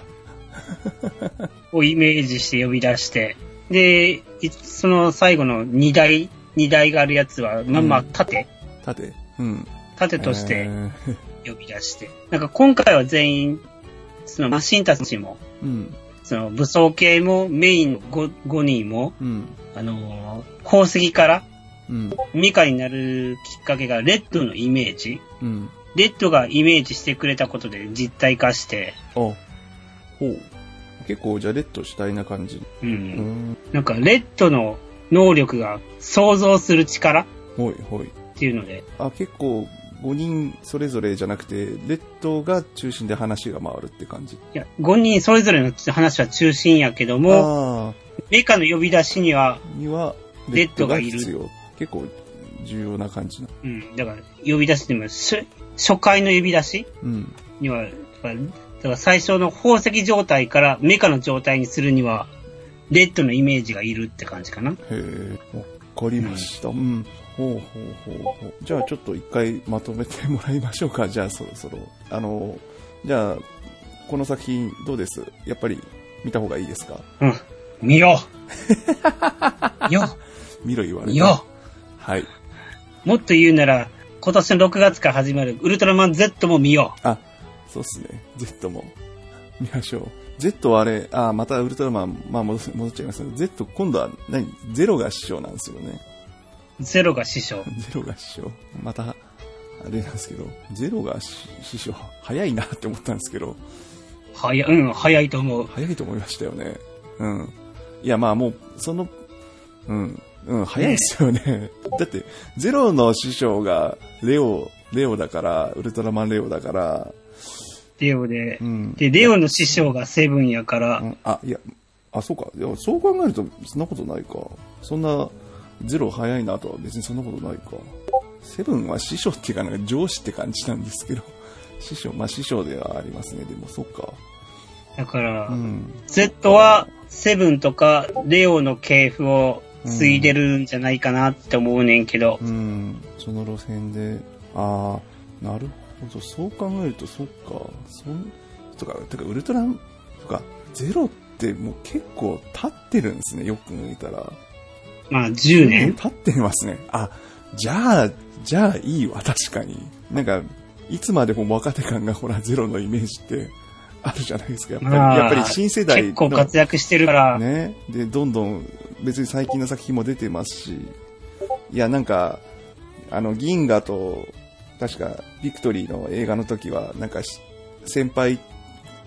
S2: をイメージして呼び出して、で、いその最後の荷台、荷台があるやつはまんま縦、
S1: 縦。うん。
S2: 盾とし
S1: え
S2: て
S1: ー
S2: 呼び出して。なんか今回は全員、そのマシンたちも、
S1: うん、
S2: その武装系もメイン 5, 5人も、
S1: うん、
S2: あのー宝石から
S1: うん、
S2: ミカになるきっかけがレッドのイメージ。
S1: うん。
S2: レッドがイメージしてくれたことで実体化して、
S1: あ、ほう。結構、じゃあ、レッド主体な感じ。
S2: うん。
S1: うん。
S2: なんかレッドの能力が想像する力っ
S1: ほいほい。
S2: ていうので、
S1: あ、結構、5人それぞれじゃなくて、レッドが中心で話が回るって感じ。
S2: いや、5人それぞれの話は中心やけど
S1: あ
S2: も、メカの呼び出しには、
S1: ーには、レ
S2: レ
S1: ッ
S2: ッ
S1: ド
S2: ド
S1: が
S2: がいる
S1: 必要。結構、重要な感じな。
S2: うん、だから呼び出しでも、し初回の呼び出し
S1: うん。
S2: には、だからだから最初の宝石状態からメカの状態にするには、レッドのイメージがいるって感じかな。
S1: へえ、わかりました。うん。ほうほうほうほう。じゃあちょっと一回まとめてもらいましょうか。じ <laughs> ゃあそろそろ。あの、じゃあ、この作品どうですやっぱり見た方がいいですか
S2: うん。見よ
S1: <laughs>
S2: う見よ
S1: 見ろ言わ
S2: う
S1: れて。
S2: 見よ
S1: はい。
S2: うもっと言うなら、今年の6月から始まるウルトラマン Z も見よ
S1: あ、そうっすね。Z も。見ましょう。Z はあれ、あまたウルトラマン、まあ戻す戻っちゃいますけど、Z 今度は何ゼロが師匠なんですよね。 <laughs>
S2: ゼロが師
S1: ゼ
S2: 匠。
S1: ロが師匠。また、あれなんですけど、ゼロが師師匠、早いなって思ったんですけど、
S2: 早い、うん、早いと思う。
S1: 早いと思いましたよね。うん。いや、まあもう、その、うん、うん、早いですよね。 <laughs> だって、ゼロの師匠が、レオ、レオだから、ウルトラマンレオだから、
S2: レオで
S1: う。ん。
S2: で、レオの師匠がセブンやか
S1: う
S2: ら、
S1: んあ、いや、あ、そうか。いや、そう考えると、そんなことないか。そんな、ゼロ早いなとは別にそんなことないか。セブンは師匠っていうか、なんか上司って感じなんですけど、師匠、まあ師匠ではありますね。でも、そっか。
S2: だから、
S1: うん。
S2: Z はセブンとかレオの系譜を継いでるんじゃないかなって思うねんけど、
S1: うん、その路線で、ああ、なるほど、そう考えると、そっか、そん、とか、てか、ウルトラン、とか、ゼロってもう結構経ってるんですね、よく見たら。
S2: まあ10年。
S1: 経ってますね。あ、じゃあ、じゃあいいわ、確かに。なんか、いつまでも若手感がほら、ゼロのイメージってあるじゃないですか。やっぱり、
S2: まあ
S1: やっぱり新世代の。
S2: 結構活躍してるから、
S1: ね、でどんどん別に最近の作品も出てますしいやなんかあの銀河と確かビクトリーの映画の時はなんかし先輩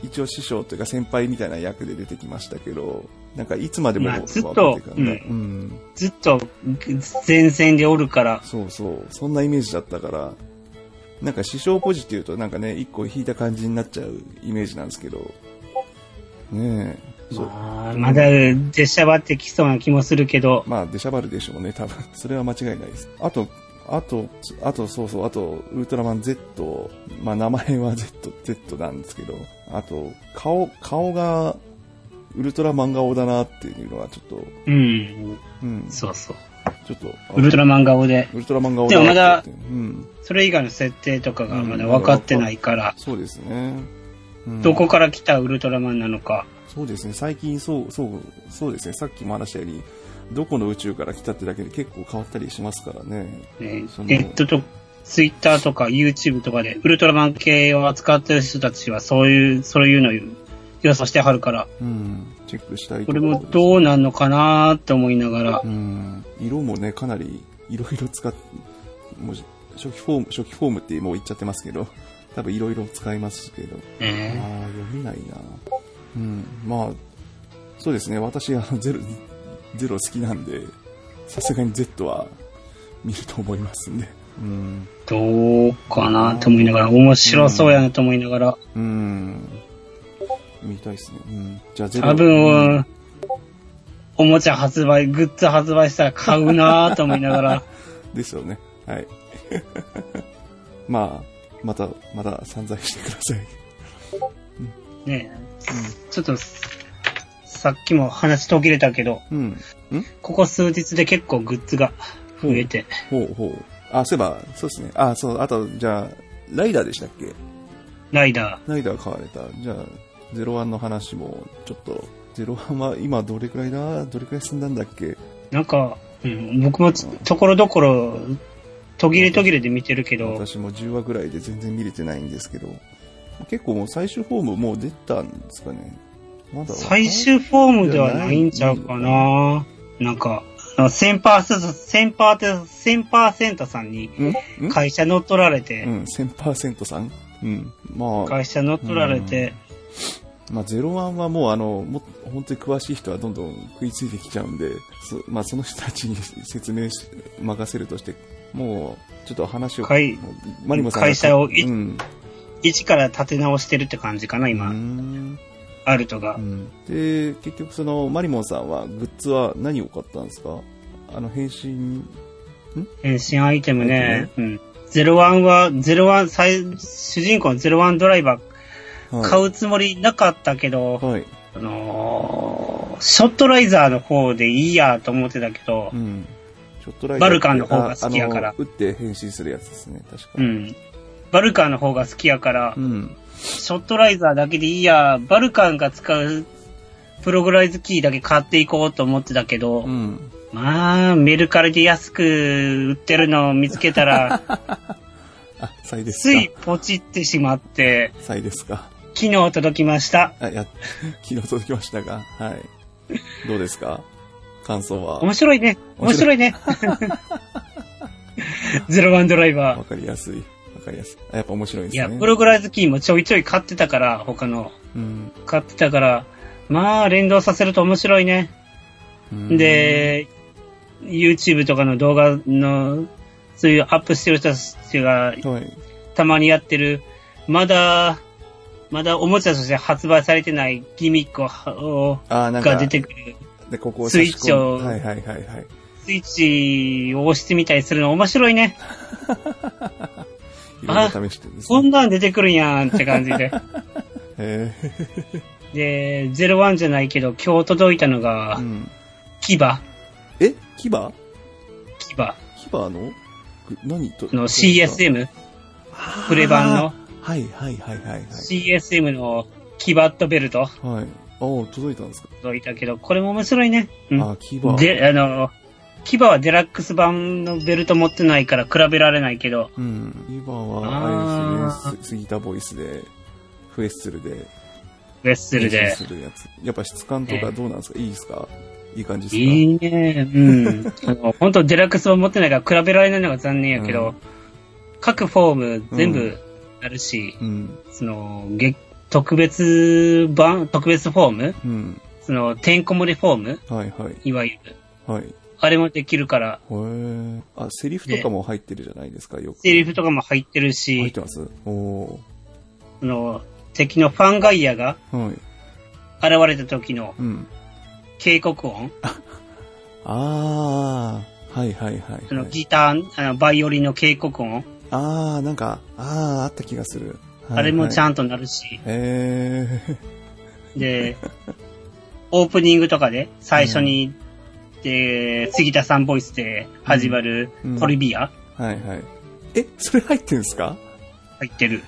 S1: 一応師匠というか先輩みたいな役で出てきましたけどなんかいつまでも、
S2: まあずっと
S1: 若手感が
S2: う
S1: うん、
S2: ずっと前線でおるから、
S1: そうそうそんなイメージだったからなんか師匠ポジっていうとなんかね一個引いた感じになっちゃうイメージなんですけどねえそう
S2: まあまだ出しゃばってきそうな気もするけど、
S1: まあ、出しゃばるでしょうね、多分。 <laughs> それは間違いないです。あと、あと、あと、そうそう、あと、ウルトラマン Z、まあ、名前は Z、Z なんですけど、あと、顔、顔が、ウルトラマン顔だなっていうのはちょっと、
S2: うん、
S1: うん、ち
S2: そうそう。
S1: ょっと、あ
S2: ウルトラマン顔で、
S1: ウルトラマン顔だなって。うん、
S2: それ以外の設定とかがまだ分かってないから、
S1: そうですね。うん
S2: どこから来たウルトラマンなのか、
S1: そうですね、最近そう、そう、そうですね、さっきも話したように、どこの宇宙から来たってだけで結構変わったりしますからね。
S2: ね
S1: そ、の
S2: ネットと、ツイッターとか YouTube とかでウルトラマン系を扱ってる人たちはそういう、そういうのを予想してはるから、
S1: うん、チェックしたい
S2: ことれ
S1: ころ
S2: も
S1: です
S2: どうなんのかなーって思いながら
S1: う、ん、色もね、かなりいろいろ使っ、もう初期フォーム、初期フォームってもう言っちゃってますけど、多分いろいろ使いますけど、ああ
S2: ね
S1: ー、読めないな。うん、まあ、そうですね、私はゼロ、ゼロ好きなんで、さすがに Z は見ると思いますんで。うん、
S2: どうかなーって思いながら、面白そうやなと思いながら、
S1: うん、見たいですね。うん、じゃあゼロ。
S2: 多分、おもちゃ発売、グッズ発売したら買うなーと思いな
S1: <laughs>
S2: がら、
S1: ですよね。はい。 <laughs> まあ、また、また散財してください。
S2: ね、ちょっと、さっきも話途切れたけど、
S1: うん。ん
S2: ここ数日で結構グッズが増えて、
S1: ほうほう。あ、そういえば、そうですね。あ、そう、あと、じゃあ、ライダーでしたっけ
S2: ライダ
S1: ライダー買われた。じゃあ、ゼロワンの話も、ちょっと、ゼロワンは今どれくらいだどれくらい進んだんだっけ
S2: ー、なんか、うん、僕もつところどころ、途切れ途切れで見てるけど、
S1: 私も10話ぐらいで全然見れてないんですけど、結構もう最終フォームもう出たんですかねまだ
S2: 最終フォームではないんちゃうかななんか、1000%パーセント、1000%パーセント、1000パーセントさんに
S1: うんん
S2: 会社乗っ取られ
S1: う
S2: て、
S1: ん、1000%さんうん。まあ、
S2: 会社乗っ取られて、
S1: まあ、ゼロワンはもうあの、もう本当に詳しい人はどんどん食いついてきちゃうんで、そ,、まあ、その人たちに説明し、任せるとして、もう、ちょっと話を、
S2: 会
S1: もうマリモさんが
S2: 会社をい
S1: うん、
S2: 一から立て直してるって感じかな、
S1: う
S2: 今、
S1: ん
S2: アルトが
S1: う。んで、結局その、マリモンさんは、グッズは何を買ったんですかあの、変身、
S2: 変身アイテムね、うん。ゼロワンは、ゼロワン、最、主人公のゼロワンドライバー買
S1: う
S2: うつもりなかったけど、
S1: はい。
S2: あのーショットライザーの方でいいやと思ってたけど
S1: う、ん。ちょっとライ
S2: バルカンの方が好きやから
S1: ああの打って変身するやつですね、確か。
S2: うん。バルカンの方が好きやから、
S1: うん。
S2: ショットライザーだけでいいや、バルカンが使うプログライズキーだけ買っていこうと思ってたけど、
S1: うん。
S2: まあ、メルカリで安く売ってるのを見つ
S1: <laughs>
S2: けたら、
S1: あ、サイです
S2: つ
S1: か。
S2: いポチってしまって、
S1: サイですか。
S2: 昨日届きました。
S1: あ、や、 <laughs> 昨日届きましたが、はい。どうですか感想は。
S2: 面白いね。面
S1: 面
S2: 白
S1: 白
S2: いね。ゼロワンドライバー
S1: わ。かりやすい。わかりやすい。あやっぱ面白いで
S2: い
S1: すね。
S2: や、プログラズキーもちょいちょい買ってたから、他の。
S1: うん。
S2: 買ってたから、まあ、連動させると面白いね。
S1: うん、
S2: で、YouTube とかの動画の、そういうアップしてる人たちが
S1: はい。
S2: たまにやってる、まだ、まだおもちゃとして発売されてないギミックを
S1: あーなんか、
S2: が出てくる。
S1: で、ここを
S2: スイッチを
S1: 差し込むはいはいはいはい。
S2: スイッチを押してみたりするの面白いね。
S1: いろいろ試してるんです
S2: こ
S1: ね。
S2: んなん出てくるんやんって感じ
S1: <laughs>
S2: で。
S1: へえ
S2: で、ゼロワンじゃないけど、今日届いたのが
S1: う、ん、
S2: キバ、
S1: え牙牙
S2: キバ
S1: のぐ何と
S2: の CSM、プレ版の
S1: あーはいはいはいはいはい。
S2: CSM のキバットベルト
S1: はい。ああ、届いたんですか、
S2: 届いたけど、これも面白いね。うん
S1: ああ、牙。う
S2: で、あの、キバはデラックス版のベルト持ってないから比べられないけど、
S1: ん。牙は、あれです
S2: あ
S1: ね、す杉田ボイスで、フエッセルで、
S2: ウェッセル
S1: 練
S2: で
S1: 習。するやつ。やっぱ質感とかどうなんですか、いいですかいい感じですか
S2: いいね。うん。あの本当デラックス版持ってないから比べられないのが残念やけ
S1: う
S2: ど、
S1: ん
S2: 各フォーム全
S1: う
S2: 部あるし、
S1: うん。
S2: その、げ特別版、特別フォーム
S1: うん。
S2: その、てんこ盛りフォーム
S1: はいはい。
S2: いわゆる。
S1: はい。へ
S2: あれもできるから、
S1: え。あ、セリフとかも入ってるじゃないですか、よく。
S2: セリフとかも入ってる
S1: 入っ
S2: し、
S1: てますおお
S2: その、敵のファンガイアが
S1: ー。はい。
S2: 現れた時の
S1: うん。
S2: 警告音、
S1: ああ。はいはいはい、
S2: その
S1: はい。
S2: ギター、あのバイオリンの警告音、
S1: ああ、なんか、ああ、あった気がする。
S2: あれもちゃ
S1: ん
S2: んとなるし、
S1: へえ。
S2: で、オープニングとかで最初に、で、杉田さんボイスで始まる
S1: うん
S2: トリビア
S1: <laughs> はいはい。え、それ入ってるんですか
S2: 入ってる。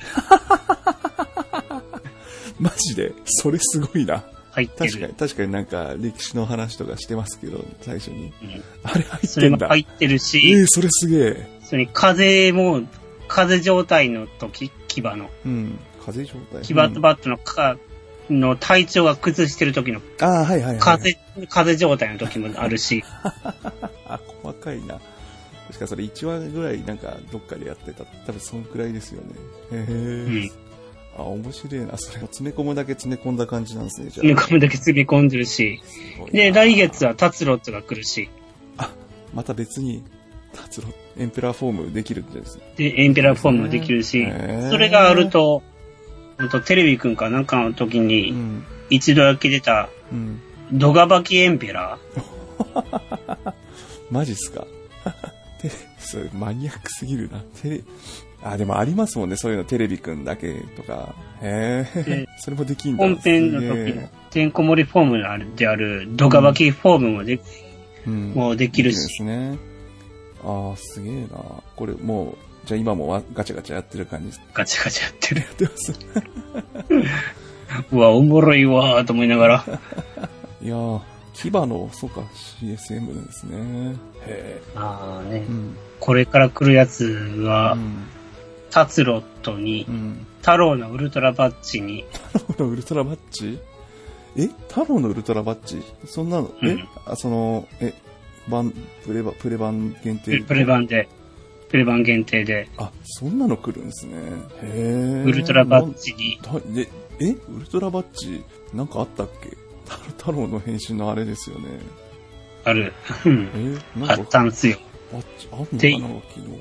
S1: マジでそれすごいな。
S2: 入って
S1: 確かに、
S2: る。
S1: 確かになんか歴史の話とかしてますけど、最初に。
S2: うん
S1: あれ入っ
S2: そ
S1: て
S2: れ
S1: ん
S2: も
S1: だ。
S2: 入ってる
S1: ええ
S2: し、
S1: それすげえ。
S2: それに風も、風状態の時、牙の、
S1: うん。風邪状態。
S2: 牙とバットのか、の体調が崩してる時の
S1: うんああ、はいはいはい。
S2: 風、風状態の時もあるし、
S1: あ、細かいな。確かそれ1話ぐらいなんかどっかでやってた。多分そんくらいですよね。へえ。
S2: うん
S1: あ、面白いな。それ詰め込むだけ詰め込んだ感じなんですね、じゃあ。
S2: 詰め込むだけ詰め込んでるし、
S1: すごいな
S2: で、来月は達郎ってが来るし、
S1: あ、また別に、達郎、エンペラーフォームできるんですね。
S2: で、エンペラーフォームもできるし
S1: へ、ー
S2: それがあると、ほんとテレビくんかなんかの時
S1: う
S2: に、
S1: ん。
S2: 一度だけ出た、
S1: うん。
S2: ドガバキエンペラー
S1: マジっすか <laughs> テレそれマニアックすぎるな。テレ、あ、でもありますもんね。そういうのテレビくんだけとか。へえ
S2: で。
S1: <laughs> それもできんだ。
S2: 本編の
S1: すげ
S2: 時の
S1: え、
S2: てんこ盛りフォームのあるである、ドガバキフォームもで、
S1: うん。
S2: もうできる
S1: で
S2: し、
S1: すね。ああ、すげえな。これもう、じゃあ今もわガチャガチャやってる感じです。
S2: ガチャガチャやってる。
S1: やってます。
S2: うわ、おもろいわーと思いながら、
S1: いやー、牙の、そうか、CSM なんですね。へえ。
S2: あーね
S1: う、ん。
S2: これから来るやつ
S1: う
S2: は、
S1: ん。
S2: 達郎とに
S1: う、ん。
S2: 太郎のウルトラバッジに、
S1: 太郎のウルトラバッジえ太郎のウルトラバッジそんなの、
S2: うん
S1: えあその、え、版、プレバ、プレ版限定
S2: プレ版で、プレ版限定で、
S1: あ、そんなの来るんですね。へえ。
S2: ウルトラバッジに、
S1: なん。だでえウルトラバッジなんかあったっけ太太郎の変身のあれですよね。
S2: ある、うん
S1: えな
S2: <laughs> あ
S1: ん
S2: っ
S1: か、
S2: たんすよ。
S1: バッジ、あ
S2: で
S1: るのかな機能。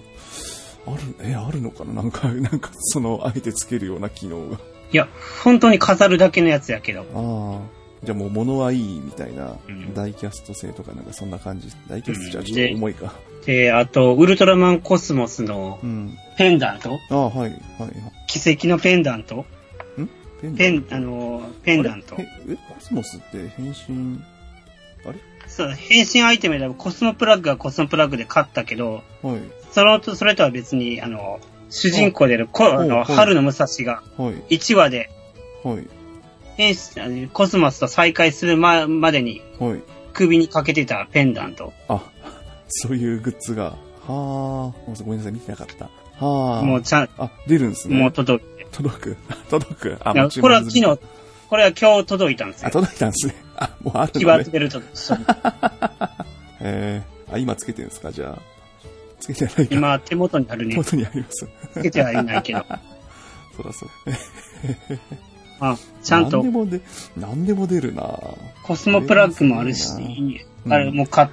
S1: ある、え、あるのかななんか、 <laughs> なんか、その、あえてつけるような機能が。
S2: いや、本当に飾るだけのやつやけど。
S1: ああ。じゃあもう物はいいみたいな、
S2: うん
S1: 大キャスト性とかなんかそんな感じ。大キャストじゃ
S2: うん
S1: ちょっと重いか。
S2: で、あと、ウルトラマンコスモスの
S1: うん。
S2: ペンダント
S1: ああ、はい、はい。
S2: 奇跡のペンダント
S1: んペン
S2: ペン、あの、ペンダント
S1: あ。れえ、えコスモスって変身、あれ
S2: そう、変身アイテムでもコスモプラッグはコスモプラッグで買ったけど、
S1: はい、
S2: そのと、それとは別に、あの、主人公であるコ、あ
S1: ほ
S2: の、
S1: うほう
S2: 春の武蔵が
S1: はい、
S2: 1話で
S1: はい、
S2: 変身、あのコスモスと再会するま、までに
S1: はい。
S2: 首にかけてたペンダント。
S1: あ、 <laughs> そういうグッズが。はあ、ごめんなさい、見てなかった。はあ。
S2: もうちゃん、
S1: あ、出るんですね。
S2: もう届いて。
S1: 届く <laughs> あ届くあ、
S2: いや
S1: もう注
S2: これは
S1: 文済
S2: 昨
S1: み
S2: 日、これは今日届いたんです
S1: あ、
S2: よ。
S1: 届いたんですね。あ、もうある
S2: 決
S1: の
S2: まっ
S1: ね。
S2: てると。そう
S1: えー、あ、今つけてるんですかじゃあ。つけてないか。
S2: 今、手元にあるね
S1: 手。元にあります。
S2: つけてはいないけど。
S1: そらそう。
S2: あ、ちゃん
S1: 何
S2: と
S1: で、もで、何でも出るなぁ
S2: コスモプラッグもあるし
S1: これはす、な
S2: あれも買っ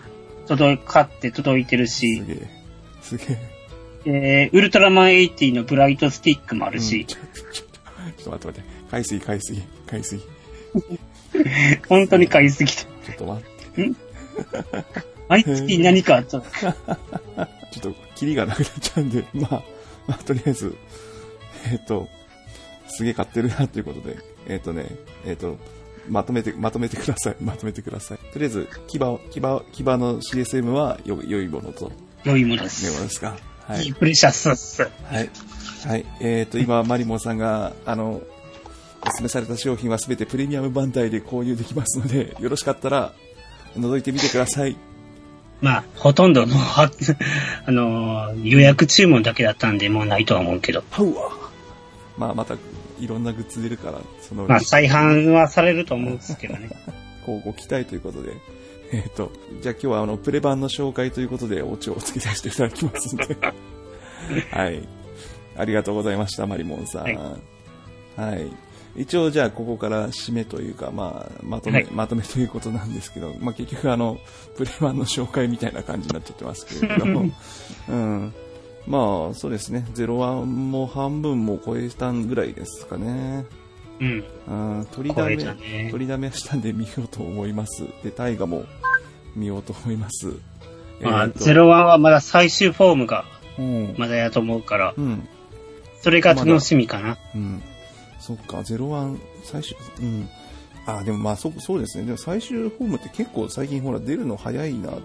S2: 届い買って届いてるし
S1: す、げえ。すげえ。
S2: えー、ウルトラマン80のブライトスティックもある
S1: うん
S2: し、
S1: ちょちょちょっと待って待って。海水、海水、海水。ち
S2: 本当に買いすぎた。
S1: ょっと待って。
S2: 毎月何かあった。
S1: ちょっと、キリがなくなっちゃうんで、 <laughs> まあ、まあ、とりあえず、えっ、と、すげえ買ってるなっていうことで、えっ、とね、えっ、と、まとめて、まとめてください。 <laughs> まとめてください。とりあえず、牙を、牙を、牙の CSM はよ、良いものと、
S2: 良いもので
S1: 良いもの
S2: す。
S1: ですか。はいい
S2: い。プレシャスっす。
S1: はい。はい。えっ、と、今、マリモさんが、あの、お勧めされた商品はすべてプレミアムバンダイで購入できますので、よろしかったら、覗いてみてください。
S2: まあ、ほとんどの、は <laughs> あのー予約注文だけだったんで、もうないとは思うけど。
S1: パウアーまあ、また、いろんなグッズ出るから、そのうち、
S2: まあ、再販はされると思うんですけどね。
S1: こうご期待ということで。 <laughs> えっ、と、じゃあ今日はあの、プレ版の紹介ということで、お茶を付けさせていただきますんで。 <laughs> はい。ありがとうございました、マリモンさん。は
S2: はいい。
S1: 一応じゃあここから締めというか、まあ、まとめ、
S2: はい
S1: まとめということなんですけど、まあ結局あの、プレ版の紹介みたいな感じになっちゃってますけれど
S2: <laughs>
S1: も、うん。まあ、そうですね。01も半分も超えたぐらいですかね。 <laughs>
S2: うん。
S1: うん取りだ
S2: 超
S1: め、
S2: えたね
S1: 取りだめしたんで見ようと思います。で、大河も見ようと思います。
S2: まあ、
S1: えーと
S2: 01はまだ最終フォームが
S1: うん。
S2: まだやと思うから、
S1: うん。
S2: それが楽しみかな。
S1: うん。そっか、ゼロワン、最終、うん。あ、でもまあ、そ、そうですね。でも最終ホームって結構最近ほら出るの早いなって、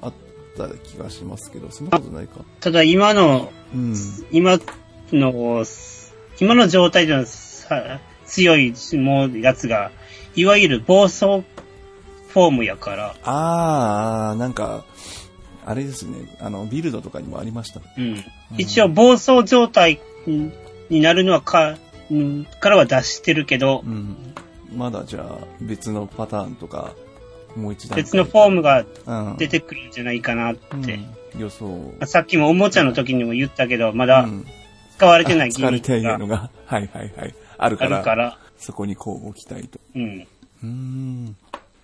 S1: あった気がしますけど、そんなことないか。
S2: ただ、今の、
S1: うん。
S2: 今の、今の状態でのさ強いもうやつが、いわゆる暴走フォームやから、
S1: あー、なんか、あれですね。あの、ビルドとかにもありました。
S2: うん。一応暴走状態にになるのはか、うんからは脱してるけど
S1: う、ん。まだじゃあ、別のパターンとか、もう一段階
S2: 別のフォームが
S1: うん
S2: 出てくるんじゃないかなって。
S1: うん予想を
S2: まあさっきもおもちゃの時にも言ったけど、まだ
S1: うん
S2: 使われ
S1: あ
S2: てない
S1: 疲れていな
S2: が
S1: のが、はいはいはい、ある
S2: あ
S1: か
S2: る
S1: ら、
S2: から、
S1: そこにこうご期待と。
S2: うん。
S1: うーん。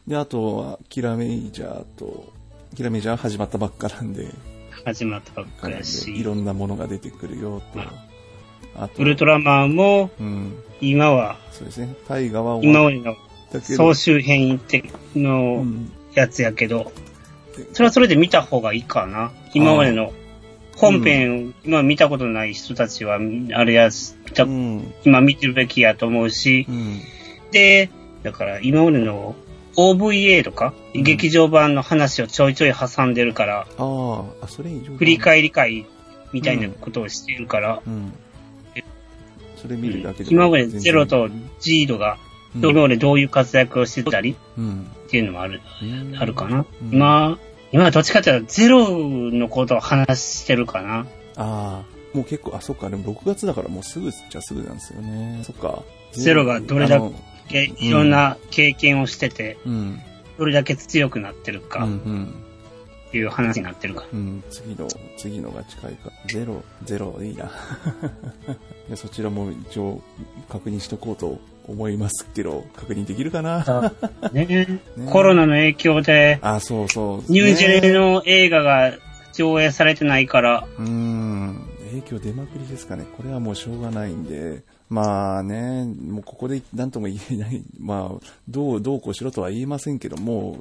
S1: で、あとは、キラメイジャーと、キラメイジャー始まったばっかなんで、
S2: 始まったばっかりや
S1: い
S2: し、
S1: ろんなものが出てくるよと。あと
S2: ウ、ルトラマンも
S1: うん、
S2: 今は、
S1: そうですね、大河は終
S2: 今
S1: わ
S2: までの
S1: ったけど
S2: 総、集編って
S1: う
S2: の
S1: ん
S2: やつやけど、それはそれで見た方がいいかな。今までの本編、今見たことない人たちは、あれやし、見た
S1: うん、
S2: 今見てるべきやと思うし
S1: う、ん、
S2: で、だから今までの OVA とか、
S1: うん
S2: 劇場版の話をちょいちょい挟んでるから、
S1: あーあ、それ以上
S2: 振り返り会みたいなことをしてるから、
S1: うん。それ見るだけでも
S2: 今までゼロとジードが、
S1: うん
S2: どこまでどういう活躍をしてたり
S1: うん。
S2: っていうのもある
S1: うん
S2: あるかな。
S1: うん
S2: 今、今はどっちかっていうとゼロのことを話してるかな。
S1: ああ、もう結構、あ、そっか、でも6月だからもうすぐっちゃすぐなんですよね。そっか。
S2: ゼロがどれだ
S1: あの
S2: でいろんな経験をしてて、
S1: うん。
S2: どれだけ強くなってる
S1: うん、う
S2: か
S1: ん。
S2: っていう話になって
S1: <laughs>
S2: るから。
S1: うん、次の、次のが近いか。ゼロ、ゼロ、いいな。 <laughs> でそちらも一応確認しとこうと思いますけど、確認できるかな
S2: ね
S1: ね
S2: コロナの影響で、
S1: あ、そうそう。
S2: ニュージェ
S1: ね
S2: ネの映画が上映されてないから、
S1: うーん、影響出まくりですかね。これはもうしょうがないんで、まあね、もうここで何とも言えない、 <laughs> まあ、どう、どうこうしろとは言えませんけども、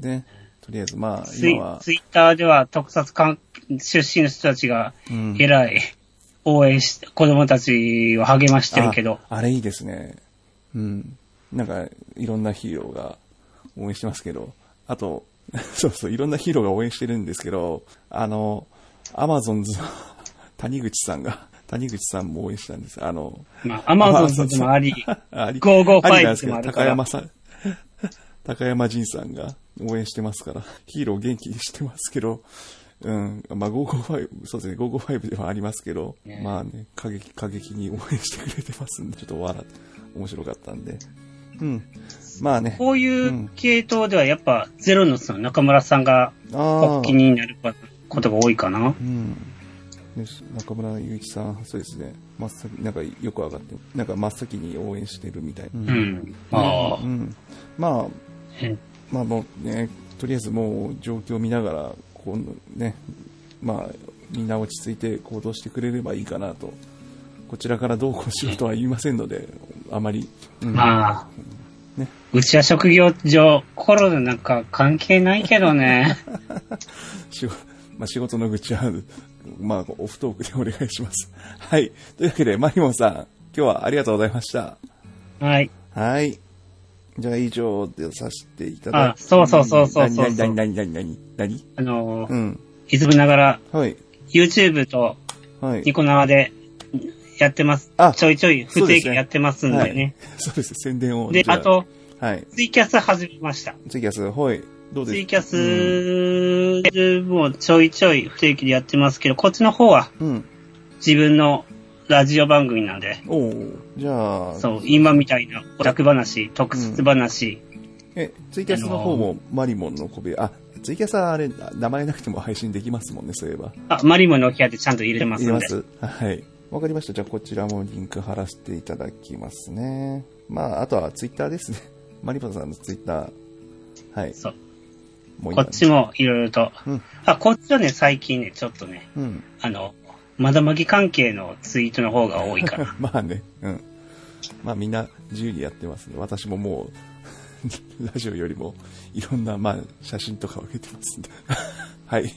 S1: ね、とりあえずまあ、
S2: ツイ
S1: 今は、
S2: ツイッターでは特撮関出身の人たちが
S1: うん
S2: 偉い、応援して、子供たちを励ましてるけど、
S1: あ、あれいいですね。うん。なんか、いろんなヒーローが応援してますけど、あと、 <laughs> そうそう、いろんなヒーローが応援してるんですけど、あの、アマゾンズの <laughs> 谷口さんが、谷口さんも応援したんです。あの、
S2: ま
S1: <laughs>
S2: あ、アマゾンでもあり、
S1: あり、
S2: 555
S1: ありなんですけど
S2: もある
S1: 高
S2: から
S1: 山さん、 <laughs> 高山仁さんが応援してますから、ヒーロー元気にしてますけど、うん。まあ、555、そうですね、555ではありますけど、
S2: ね
S1: まあね、過激、過激に応援してくれてますんで、ちょっと笑って、面白かったんで。うん。まあね、
S2: こうい
S1: ん
S2: う系統ではやっぱ、ゼロのその中村さんが
S1: あ
S2: お
S1: あ
S2: 気、になることが多いかな。
S1: うん。よし中村祐一さん、そうですね、真っ先、なんかよく上がって、なんか真っ先に応援してるみたい。う
S2: う。ん。あ
S1: う
S2: あ。
S1: ん。まあ、
S2: え
S1: まあもうね、とりあえずもう状況を見ながら、こうね、まあ、みんな落ち着いて行動してくれればいいかなと。こちらからどうこうしようとは言いませんので、あまり。うん
S2: まあ
S1: ね。
S2: うちは職業上、コロナなんか関係ないけ
S1: <laughs>
S2: どね。
S1: 仕事まあ、仕事の愚痴は、まあ、オフトークで <laughs> お願いします。はい。というわけで、マリモンさん、今日はありがとうございました。
S2: はい。
S1: はい。じゃあ、以上でさせていただ
S2: あそうそうそうそうそうそう
S1: 何、何、何、何、何、何
S2: あの
S1: う
S2: ー、
S1: ん。
S2: いつもながら、
S1: はい。
S2: YouTube と
S1: はい。
S2: ニコ生でやってます
S1: あ。
S2: ちょいちょい不定期やってますん
S1: は
S2: で
S1: い <laughs>
S2: ね。。
S1: そうです。宣伝を。
S2: で、
S1: じゃ
S2: あと、
S1: はい。
S2: ツイキャス始めました。
S1: ツイキャス、はい。どうです
S2: ツイキャスもちょいちょい不定期でやってますけど、こっちの方は
S1: うん。
S2: 自分のラジオ番組なんで、
S1: おお。じゃあ、
S2: そう、今みたいなオタク話、特撮話、
S1: え、ツイキャスの方もマリモンの小部屋、あ、ツイキャスはあれ、名前なくても配信できますもんね、そういえば。
S2: あ、マリモのお部屋でちゃんと入れてま
S1: い
S2: す
S1: り
S2: ん
S1: ま
S2: で。
S1: すはい。わかりました。じゃあ、こちらもリンク貼らせていただきますね。まあ、あとはツイッターですね。 <laughs> マリモンさんのツイッター。はい。
S2: そう。
S1: もう
S2: こっちもいろいろと
S1: うん。
S2: あ、こっちはね、最近ね、ちょっとね、
S1: うん。 <laughs>
S2: あの、まだまぎ関係のツイートの方が多
S1: <laughs>
S2: いから。
S1: まあね。うん。まあ、みんな自由にやってますね。私ももう、 <laughs> ラジオよりも、いろんな、まあ、写真とかを上げてますんで。 <laughs> はい。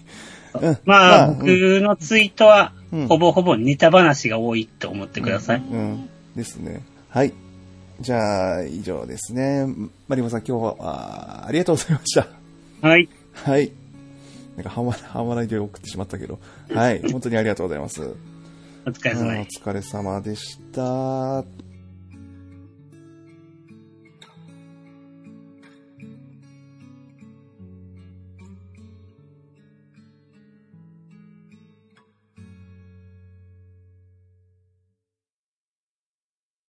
S1: うん。
S2: まあ、
S1: うん
S2: 僕のツイートは
S1: うん、
S2: ほぼほぼネタ話が多いと思ってください。
S1: うん。ですね。はい。じゃあ、以上ですね。マリモさん、今日は、あーありがとうございました。
S2: はい。
S1: はい。なんか半笑い、半笑いで送ってしまったけど。はい。本当にありがとうございます。
S2: お疲れ
S1: うんお
S2: 様です。
S1: 疲れ様でした。